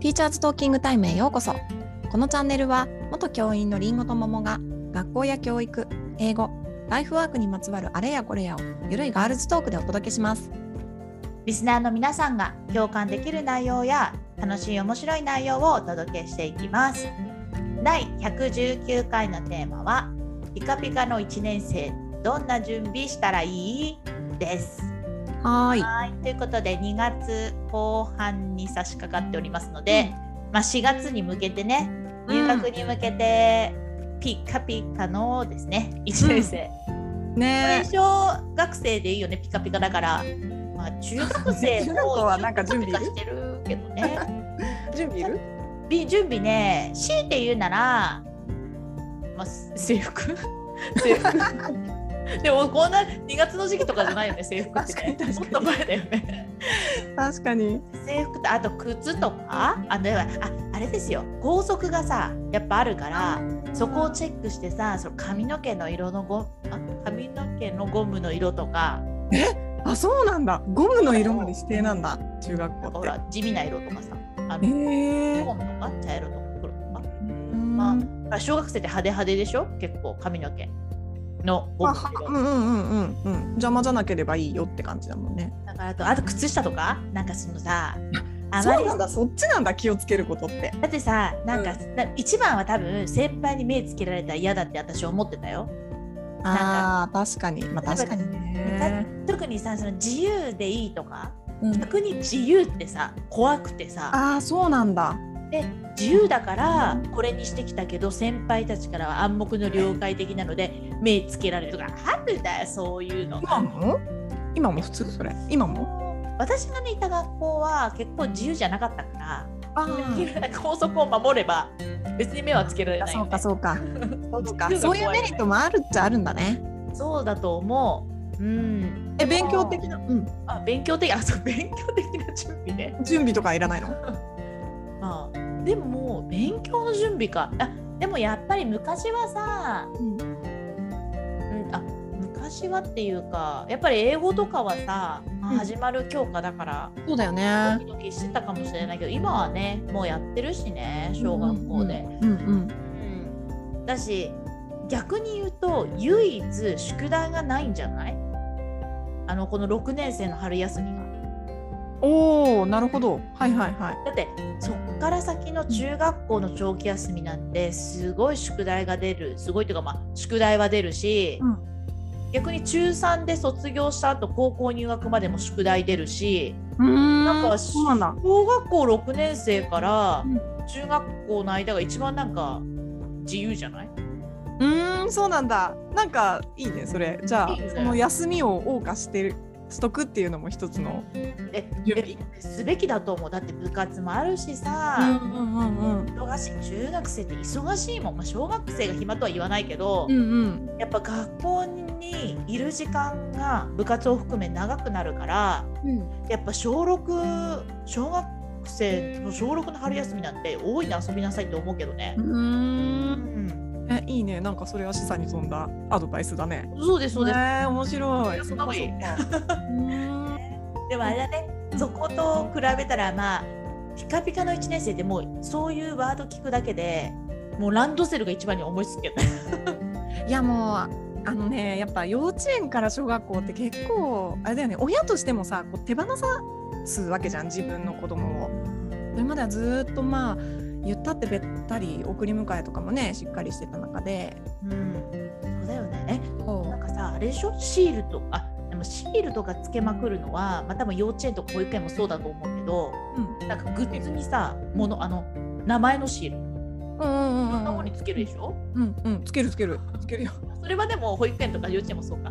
ーチャーズトーキングタイムへようこそこのチャンネルは元教員のりんごと桃が学校や教育英語ライフワークにまつわるあれやこれやをゆるいガールズトークでお届けしますリスナーの皆さんが共感できる内容や楽しい面白い内容をお届けしていきます。第119回のテーマは「ピカピカの1年生どんな準備したらいい?」です。はーいはいということで2月後半に差し掛かっておりますので、まあ、4月に向けてね入学に向けてピッカピカのですね1年生。うんね最小学生でいいよねピカピカだから、まあ、中学 生中も学校はなんか準備いるピカピカしてるけどね準備いるび準備ね強いて言うなら、まあ、す制服 制服でもこんな2月の時期とかじゃないよね制服って、ね、確かにもっ確かにと前だよね 確かに制服とあと靴とかあではああれですよ校則がさやっぱあるからそこをチェックしてさその髪の毛の色のゴムあ髪の毛のゴムの色とかあそうなんだゴムの色まで指定なんだ中学校ほってら地味な色とかさあえのー紺とか茶色とか黒とかうんまあ小学生って派手派手でしょ結構髪の毛のゴまあムのは色うんうんうんうんうん邪魔じゃなければいいよって感じだもんねだからあとあと靴下とかなんかそのさあまそうりなんだそっちなんだ気をつけることってだってさなんか、な一番は多分先輩に目つけられたら嫌だって私思ってたよなあー確かにまあ例えば確かにね特にさその自由でいいとかうん逆に自由ってさ怖くてさああそうなんだで自由だからこれにしてきたけど先輩たちからは暗黙の了解的なので目つけられるとかあるんだよそういうの今も今も普通それ今も私がねいた学校は結構自由じゃなかったからあ校則を守れば別に目はつけられないそようね、かそうかそうかうんそういうメリットもあるっちゃあるんだねそうだと思ううんえ勉強的な、うん、あ勉強的あそう勉強的な準備ね準備とかいらないのあでも勉強の準備かあでもやっぱり昔はさ、うんうん、あ昔はっていうかやっぱり英語とかはさ、まあうん始まる教科だからそうだよねドキドキしてたかもしれないけど今はねもうやってるしね小学校で。うんうんうんだし逆に言うと唯一宿題がないんじゃないあのこの6年生の春休みが。おおなるほどはいはいはいだってそっから先の中学校の長期休みなんてすごい宿題が出るすごいというかまあ宿題は出るし、うん逆に中3で卒業した後高校入学までも宿題出るしうーんなんかそうなんだ小学校6年生からうん中学校の間が一番なんか自由じゃないうーんそうなんだなんかいいねそれじゃあいいねその休みを謳歌してるしとくっていうのも一つのえ準備えすべきだと思うだって部活もあるしさ、うんうんうん忙しい中学生って忙しいもん、まあ、小学生が暇とは言わないけど、うんうんやっぱ学校にいる時間が部活を含め長くなるからやっぱ小6小学生の小6の春休みなんて大いに遊びなさいって思うけどねう。ーうんん、えいいねなんかそれは示唆に富んだアドバイスだねそうですそうです。ねえ面白いいやそんなこといい うんでもあれだねそこと比べたらまあピカピカの1年生でもうそういうワード聞くだけでもうランドセルが一番に思いつくけどね。いやもうあのねやっぱ幼稚園から小学校って結構あれだよね親としてもさこう手放さすわけじゃん自分の子供を。それまではずーっとまあ言ったってべったり送り迎えとかもねしっかりしてた中でうん、そうだよねえなんかさあれでしょシールとあでもシールとかつけまくるのはまあ多分幼稚園とか保育園もそうだと思うけどうんなんかグッズにさものあの名前のシールいうんうんうろんんなものにつけるでしょ、うんうんつけるつけるつけるよそれはでも保育園とか幼稚園もそうか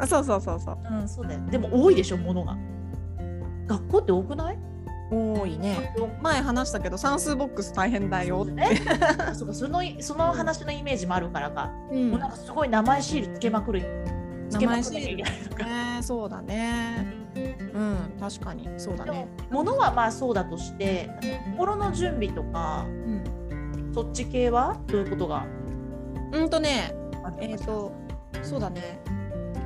あそうそうそうそううんそうだよでも多いでしょものが学校って多くない多いね前話したけど算数ボックス大変だよって、ね、 あそうかそのその話のイメージもあるからか、うんもうなんかすごい名前シールつけまくるつけまく名前るシールねそうだねうん確かにそうだでねも物はまあそうだとして心の準備とかうんそっち系はどういうことがうんとねあるのかえー、とそうだね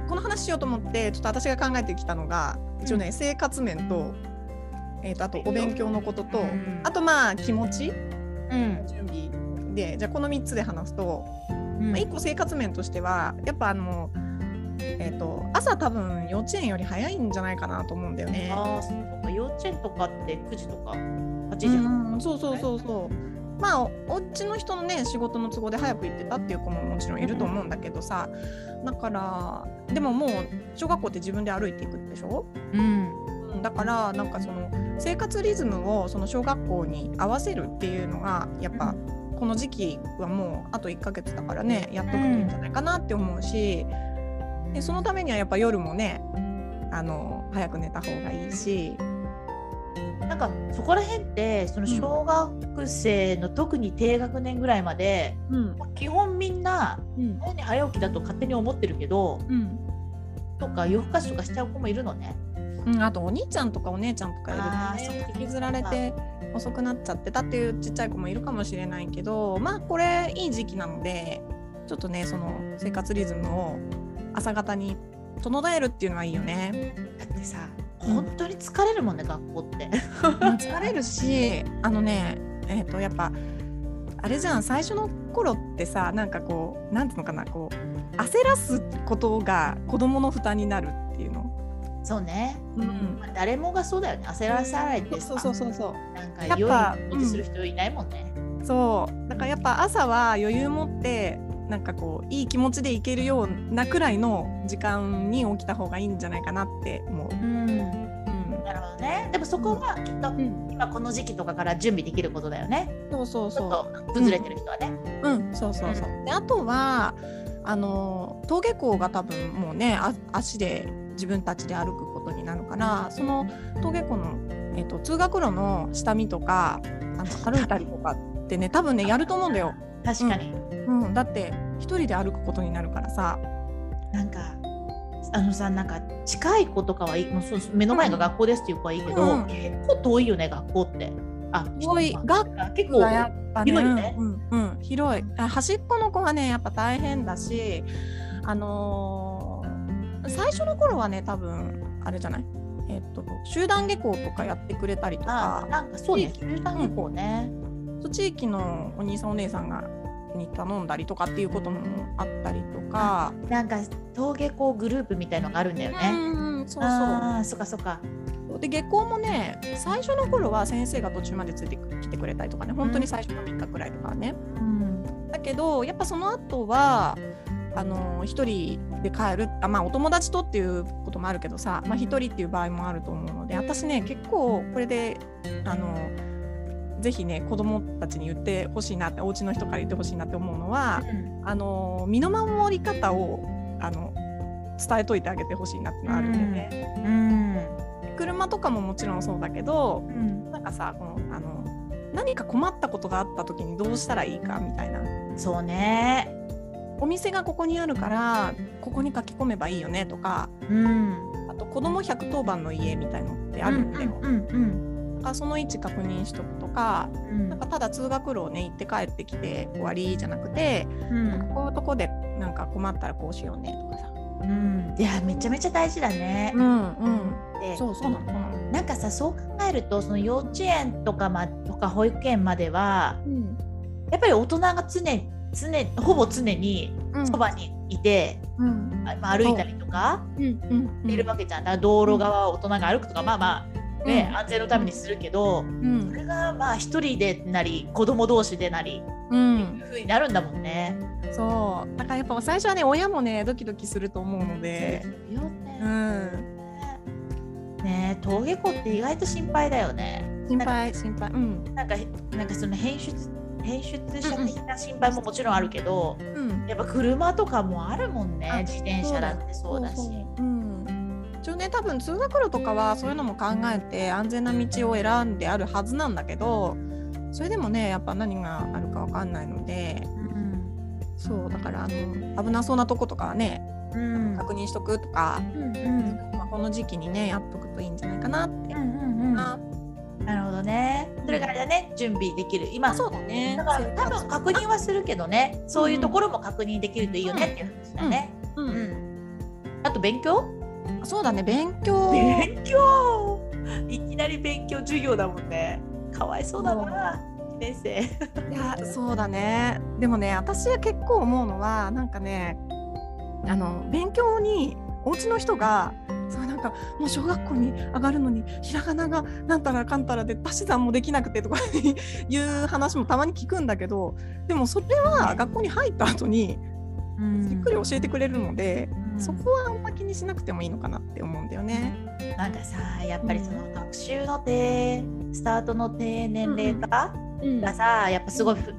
この話しようと思ってちょっと私が考えてきたのが一応ね、生活面とえー、とあとお勉強のこととあとまあ気持ちうん準備でじゃあこの3つで話すと、うんまあ、1個生活面としてはやっぱあの、えー、と朝多分幼稚園より早いんじゃないかなと思うんだよね。ああそうか幼稚園とかって9時とか8時うん、そうそうそうそう。まあおお家の人のね仕事の都合で早く行ってたっていう子ももちろんいると思うんだけどさだからでももう小学校って自分で歩いていくでしょ、うんうん、だからなんかその生活リズムをその小学校に合わせるっていうのがやっぱこの時期はもうあと1ヶ月だからねやっとくといいんじゃないかなって思うし、でそのためにはやっぱ夜もねあの早く寝た方がいいし。なんかそこら辺ってその小学生の特に低学年ぐらいまで、うんまあ基本みんなうん早寝早起きだと勝手に思ってるけどうんとか夜更かしとかしちゃう子もいるのね。うん、あとお兄ちゃんとかお姉ちゃんとかいるとあーそねっか引きずられて遅くなっちゃってたっていうちっちゃい子もいるかもしれないけどまあこれいい時期なのでちょっとねその生活リズムを朝方に整えるっていうのはいいよね。だってさうん本当に疲れるもんね学校 って。疲れる しあのねえっ、とやっぱあれじゃん最初の頃ってさなんかこうなんていうのかなこう焦らすことが子供の負担になるっていうの。そうね、うんまあ、誰もがそうだよね焦らされてさそうそうそうそう。なんかやっ夜ぱにする人いないもんね。そうだからやっぱ朝は余裕持ってなんかこういい気持ちでいけるようなくらいの時間に起きた方がいいんじゃないかなって思う。うんなるほどねでもそこはきっとうん、今この時期とかから準備できることだよねそうそうちょっそと崩れてる人はね。う。うん、そうそうそう。であとはあの登下校が多分もうねあ足で自分たちで歩くことになるからその登下校の、えっと通学路の下見とかあの歩いたりとかってね多分ねやると思うんだよ。確かに、うん、だって一人で歩くことになるからさ。なんかあのさなんか近い子とかはいいもうそうそう目の前が学校ですっていう子はいいけど、うん結構遠いよね学校って。あ遠い学結構がやっぱね広いよねうんうんうん広いあ端っこの子はねやっぱ大変だしあのー最初の頃はね多分あれじゃないえっと集団下校とかやってくれたりとあかなんかそうね地集団学校ね。そう地域のお兄さんお姉さんがに頼んだりとかっていうこともあったりとか、なんか登下校グループみたいのがあるんだよね。うんうんそうああそっかそっか。そうで下校もね最初の頃は先生が途中までついてきてくれたりとかね本当に最初の3日くらいとかね、うんだけどやっぱその後はあの一人で帰るあまあお友達とっていうこともあるけどさ、まあ、一人っていう場合もあると思うので私ね結構これであのぜひね子供たちに言ってほしいなってお家の人から言ってほしいなって思うのはあの身の守り方をあの伝えといてあげてほしいなっていうのはあるんだよね。うん車とかももちろんそうだけどうんなんかさこのあの何か困ったことがあった時にどうしたらいいかみたいな。そうね。お店がここにあるからここに書き込めばいいよねとかうん。あと子供百110番の家みたいのってあるんだよ、うんうんだからその位置確認しとくとかうん。なんかただ通学路をね行って帰ってきて終わりじゃなくて、うんこういうとこでなんか困ったらこうしようねとかさうん。いやめちゃめちゃ大事だね。んうんでそうそうなのそうなのなんかさそう考えるとその幼稚園とか,、ま、とか保育園まではうんやっぱり大人が常に常ほぼ常にうんそばにいて、うんあまあ、歩いたりとかうんうんいるわけじゃんだから道路側を大人が歩くとかまあまあ、ねうん安全のためにするけどうんそれがまあ一人でなり子供同士でなりういんう風になるんだもんね。そうだからやっぱ最初はね親もねドキドキすると思うのでようねんねえ登下校って意外と心配だよね。心配心配うんなんかなんかその編出編出者的な心配ももちろんあるけど、うんやっぱ車とかもあるもんねあ自転車だってそうだし。うん、一応ね多分通学路とかはそういうのも考えて安全な道を選んであるはずなんだけどそれでもねやっぱ何があるかわかんないのでうんそうだからあの危なそうなとことかはねうん確認しとくとか、うんうんまあ、この時期にねやっとくといいんじゃないかなって。うんあなるほどね。それからだね準備できる今あそうだねだから多分確認はするけどねそういうところも確認できるといいよねっていう話だね。ううんんあと勉強そうだね勉強強いきなり勉強授業だもんねかわいそうだな1年生いやそうだねでもね私は結構思うのはなんかねあの勉強にお家の人がそうなんかもう小学校に上がるのにひらがながなんたらかんたらで足し算もできなくてとか いう話もたまに聞くんだけどでもそれは学校に入った後にじっくり教えてくれるので、そこはあんま気にしなくてもいいのかなって思うんだよね。なんかさやっぱりその学習の低スタートの低年齢化うんがさやっぱすごいふ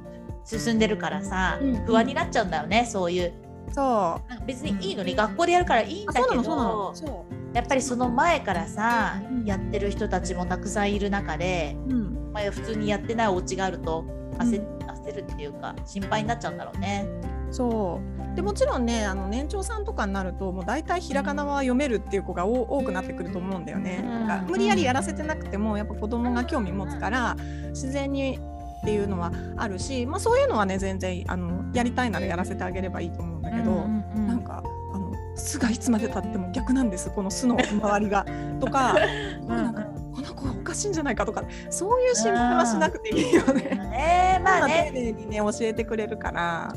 進んでるからさうん不安になっちゃうんだよねそういうそうなんか別にいいのに学校でやるからいいんあだそうなけのそうなのどそやっぱりその前からさうんやってる人たちもたくさんいる中で、う、うん、まあ、普通にやってないお家があると焦,、焦るっていうか心配になっちゃうんだろうね。そうでもちろんねあの年長さんとかになるともう大体ひらがなは読めるっていう子がお多くなってくると思うんだよね。うんなんか無理やりやらせてなくてもやっぱ子供が興味持つから自然にっていうのはあるし、まあ、そういうのはね全然あのやりたいならやらせてあげればいいと思うんだけど、うんうんうんなんかあの「す」がいつまでたっても逆なんですこの「す」の周りがとか うなんんかこの子おかしいんじゃないかとかそういう心配はしなくていいよね。ねまあ丁ね寧にね教えてくれるから。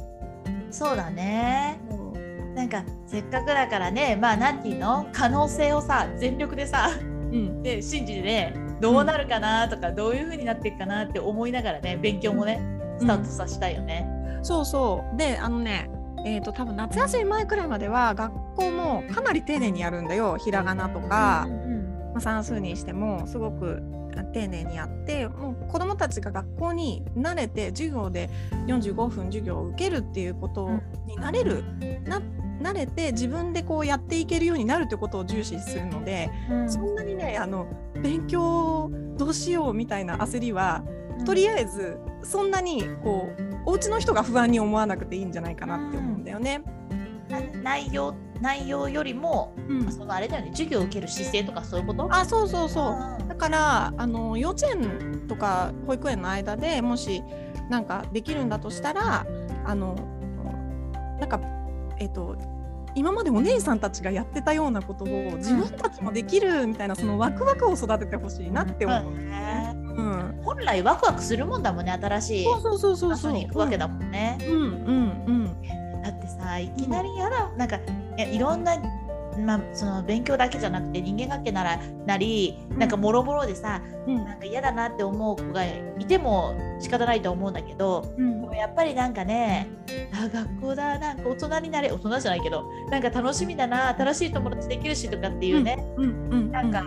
そうだねもうなんかせっかくだからねまあ何て言うの可能性をさ全力でさ うん、で信じてねどうなるかなとか、どういう風になっていくかなって思いながらね勉強もねスタートさせたいよね。そうそうであのねえー、と多分夏休み前くらいまでは学校もかなり丁寧にやるんだよひらがなとかう、んまあ、算数にしてもすごくあ丁寧にやってもう子どもたちが学校に慣れて授業で45分授業を受けるっていうことになれる、な慣れて自分でこうやっていけるようになるということを重視するので、うんそんなにねあの勉強どうしようみたいな焦りはとりあえずそんなにこうお家の人が不安に思わなくていいんじゃないかなって思うんだよね。な内容内容よりも、うんそのあれだよね授業を受ける姿勢とかそういうことあそうそうそううだからあの幼稚園とか保育園の間でもしなんかできるんだとしたらあのなんかえっ、と今までお姉さんたちがやってたようなことを自分たちもできるみたいなそのワクワクを育ててほしいなって思う。んねうん、本来ワクワクするもんだもんね新しいそうそうそうそう場そ所う。に行くわけだもんね。うんうんうん。だってさいきなりやだなんかいやいろんな、まあ、その勉強だけじゃなくて人間関係ならなりなんかもろもろでさうんなんか嫌だなって思う子がいても仕方ないと思うんだけどうんでもやっぱりなんかねあ学校だなんか大人になれ大人じゃないけどなんか楽しみだな新しい友達できるしとかっていうね、うんうん、なんか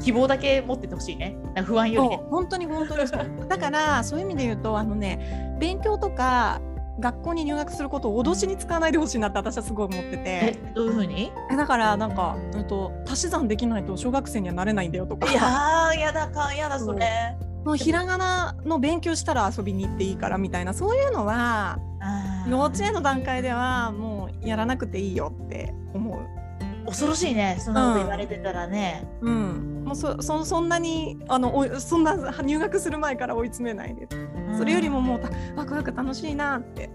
希望だけ持っててほしいねなんか不安よりそうね。本当に本当にそうだからそういう意味で言うとあのね勉強とか学校に入学することを脅しに使わないでほしいなって私はすごい思ってえてどういうふうにえだからなんか、うん、と足し算できないと小学生にはなれないんだよといかやーやだかやだそれ。もうひらがなの勉強したら遊びに行っていいからみたいなそういうのはあー幼稚園の段階ではもうやらなくていいよって思う。恐ろしいねそんなこと言われてたらね、うん、もうそそそんなにあのおそんな入学する前から追い詰めないでそれよりももうたワクワク楽しいなって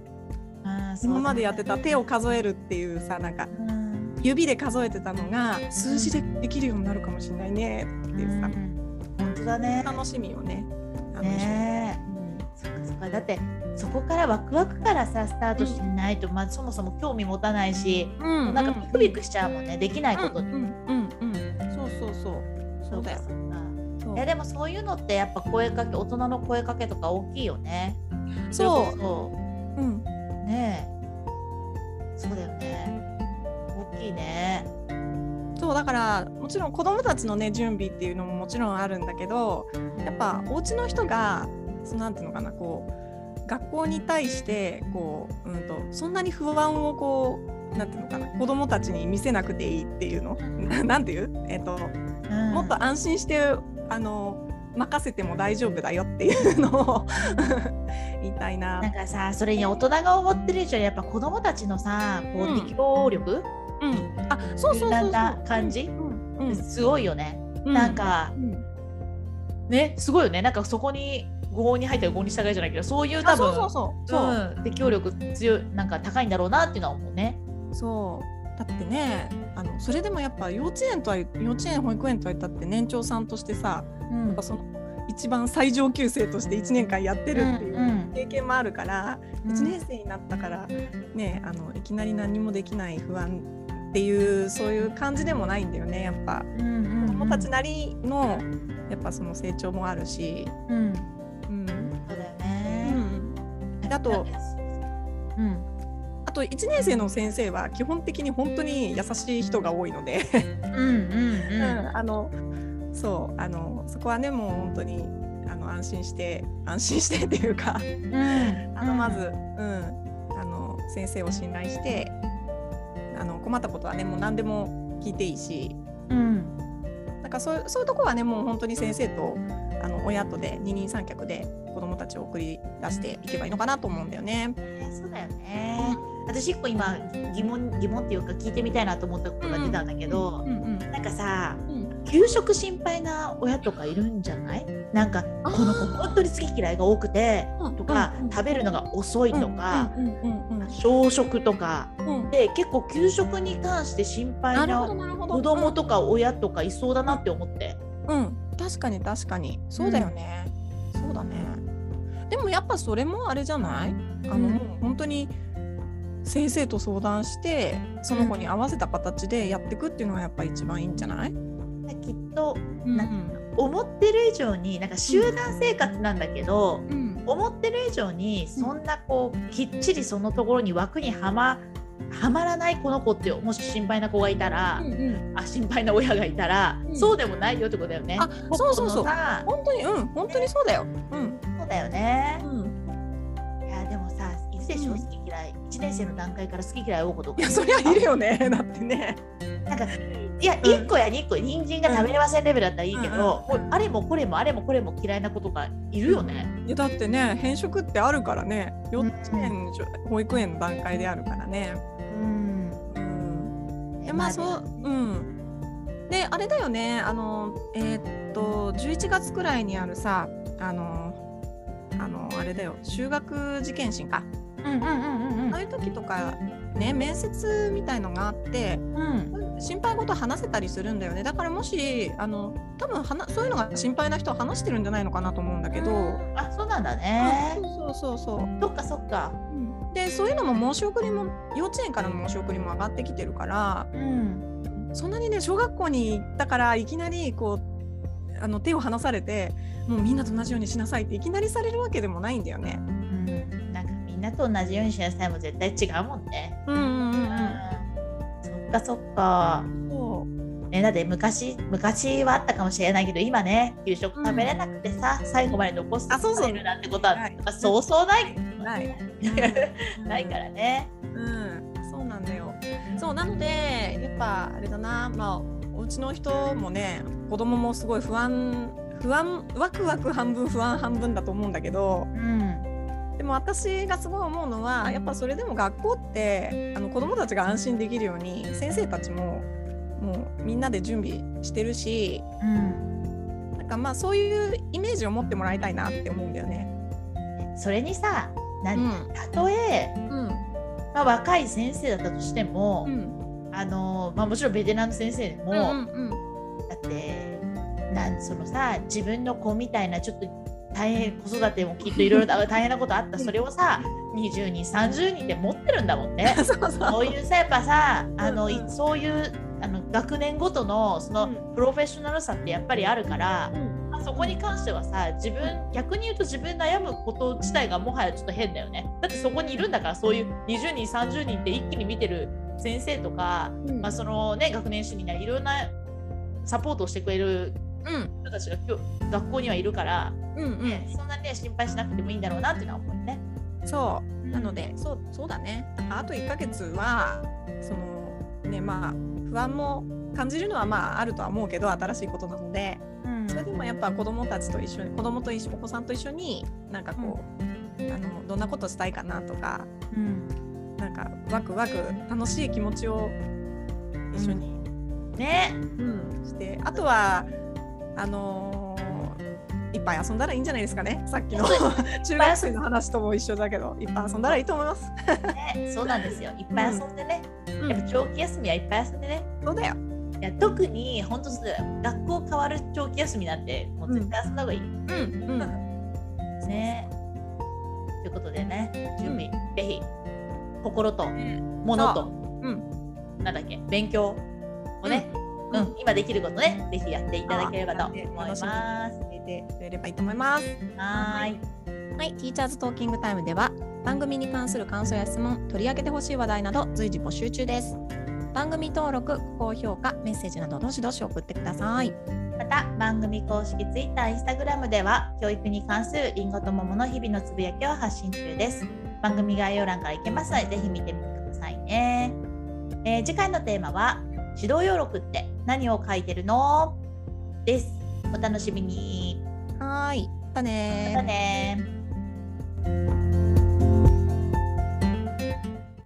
あーそうだ今ねまでやってた手を数えるっていうさなんかうん指で数えてたのが数字でできるようになるかもしれないねっていうさ、本当だね楽しみをねあのねそっかそっかだってそこからワクワクからさスタートしないと、まあ、そもそも興味持たないし、うんうなんかビクビクしちゃうもんねできないことうに、んうんうんうんそうそうそうそうだよそっかそそっかういやでもそういうのってやっぱ声かけ大人の声かけとか大きいよねそうれこうんそねえそうだよね大きいねそうだからもちろん子供たちのね準備っていうのももちろんあるんだけどやっぱお家の人がそのなんていうのかなこう学校に対してこう、うん、とそんなに不安をこうなんていうのかな子供たちに見せなくていいっていうの なんていう、えっとうんもっと安心してあの任せても大丈夫だよっていうのを 言いたいななん。かさそれに大人が思ってる以上やっぱ子供たちのさうこうん適応力、うん、あそうそうそうだそんうだん感じうんうんすごいよね、うなん、かうんねすごいよねなんかそこに合に入ったら合に従いじゃないけどそういう多あ分そうそうそうそう、うん適応力強いなんか高いんだろうなっていうのは思うね。そうだってねあのそれでもやっぱ幼稚園とは幼稚園保育園とは言ったって年長さんとしてさやっぱその一番最上級生として1年間やってるっていうんううん経験もあるから、うん1年生になったからねあのいきなり何もできない不安っていうそういう感じでもないんだよねやっぱ子供たちなりのやっぱその成長もあるし、うんうんそうだようね、ん、あとうんあと1年生の先生は基本的に本当に優しい人が多いので。うんうんう、うんあのそうあのそこはねもう本当にあの安心して安心してっていうかんうんあのまず、うんあの先生を信頼してあの困ったことはねもう何でも聞いていいしうんなんかそうそういうとこはねもう本当に先生とあの親とで二人三脚で子どもたちを送り出していけばいいのかなと思うんだよね。ねそうだよね私一個今疑問疑問っていうか聞いてみたいなと思ったことが出たんだけど、うんうんなんかさ、うん給食心配な親とかいるんじゃないなんかあーこの子本当に好き嫌いが多くてとか、うんうん食べるのが遅いとか、うんうんうん小食とかうんうんで結構給食に関して心な配るほどななるほど子供とか親とかいそうだなって思って。うん確かに確かにそうだよね、そうだねでもやっぱそれもあれじゃないあの、うんもう本当に先生と相談してその子に合わせた形でやっていくっていうのがやっぱ一番いいんじゃない、うんきっとうん思ってる以上になんか集団生活なんだけど、思ってる以上にそんなこうきっちりそのところに枠にはまはまらないこの子ってもし心配な子がいたら、あ心配な親がいたら、うんそうでもないよってことだよね。あそうそうそうこのさ本当にうん本当にそうだようんそうだよねう。んいやでもさいつでしょううん好き嫌い1年生の段階から好き嫌い多いこといやそりゃいるよねだってねなんかいや1個や2個人参が食べれませんレベルだったらいいけど、うんもうあれもこれもあれもこれも嫌いなことがいるよね。いやだってね偏食ってあるからね幼稚園、保育園の段階であるからねうんうんえまあそううんであれだよねあのえーっと11月くらいにあるさあのあのあれだよ修学受験審かうんうんうんうんああいう時とかね面接みたいのがあってうん心配事話せたりするんだよねだからもしあの多分はなそういうのが心配な人は話してるんじゃないのかなと思うんだけど、あそうなんだあね。そうそうそうそうそっかそっか。でそういうのも申し送りも幼稚園からの申し送りも上がってきてるからうんそんなにね小学校に行ったからいきなりこうあの手を離されてもうみんなと同じようにしなさいっていきなりされるわけでもないんだよね。うんなんかみんなと同じようにしなさいも絶対違うもんね。うんうんううんそっかそっか。うん。そうね、だって昔昔はあったかもしれないけど今ね給食食べれなくてさ、最後まで残すあそうそう食べるなんてことは、はいそうそうない ない。 ないからね。うん。そうなんだよ。そうなのでやっぱあれだなまあお家の人もね子供もすごい不安不安ワクワク半分不安半分だと思うんだけどうんでも私がすごい思うのはやっぱそれでも学校ってあの子どもたちが安心できるように先生たちももうみんなで準備してるしうんなんかまあそういうイメージを持ってもらいたいなって思うんだよね。それにさなうんんたとえ、うんまあ、若い先生だったとしても、うんあのまあ、もちろんベテランの先生でも、うんうんだってなんそのさ自分の子みたいなちょっと大変子育てもきっといろいろ大変なことあったそれをさ20人30人で持ってるんだもんね。 そうそうそういうさやっぱさあの、いうんうんそういうあの学年ごとのそのうんプロフェッショナルさってやっぱりあるから、うんまあそこに関してはさ自分逆に言うと自分悩むこと自体がもはやちょっと変だよねだってそこにいるんだからそういう20人30人って一気に見てる先生とか、うんまあ、そのね学年主任ないろんなサポートをしてくれるうん人たちが今日学校にはいるから、うんうんねそんなね心配しなくてもいいんだろうなっていうのは思うよね。そうなのでそうそうだねだからあと1ヶ月はそのねまあ不安も感じるのはまああるとは思うけど新しいことなので。うんそれでもやっぱ子供たちと一緒に子供と一緒お子さんと一緒になんかこう、あのどんなことしたいかなとかうんなんかワクワク楽しい気持ちを一緒に、ねうんしてあとはあのーいっぱい遊んだらいいんじゃないですかねさっき のそ中学生の話とも一緒だけどいっぱい遊んだらいいと思います。ね、そうなんですよ。いっぱい遊んでね、うんやっぱ長期休みはいっぱい遊んでね。そうだよいや特に本当そうだよ学校変わる長期休みなんてもう絶対遊んだ方がいい。うんうんね。ということでね、準備、ぜひ、心と、ものと、なんだっけ、勉強をね、ううんん、今できることね、ぜひやっていただければと思いまあす。入れてくれればいいと思います。はーい。はい、ティーチャーズトーキングタイムでは番組に関する感想や質問、取り上げてほしい話題など随時募集中です。番組登録、高評価、メッセージなどどしどし送ってください。また、番組公式 Twitter、Instagram では、教育に関するりんごと桃の日々のつぶやきを発信中です。番組概要欄からいけますので、ぜひ見てみてくださいね。えー次回のテーマは、指導要録って何を書いてるのです。お楽しみに。はーい、またねーまたねー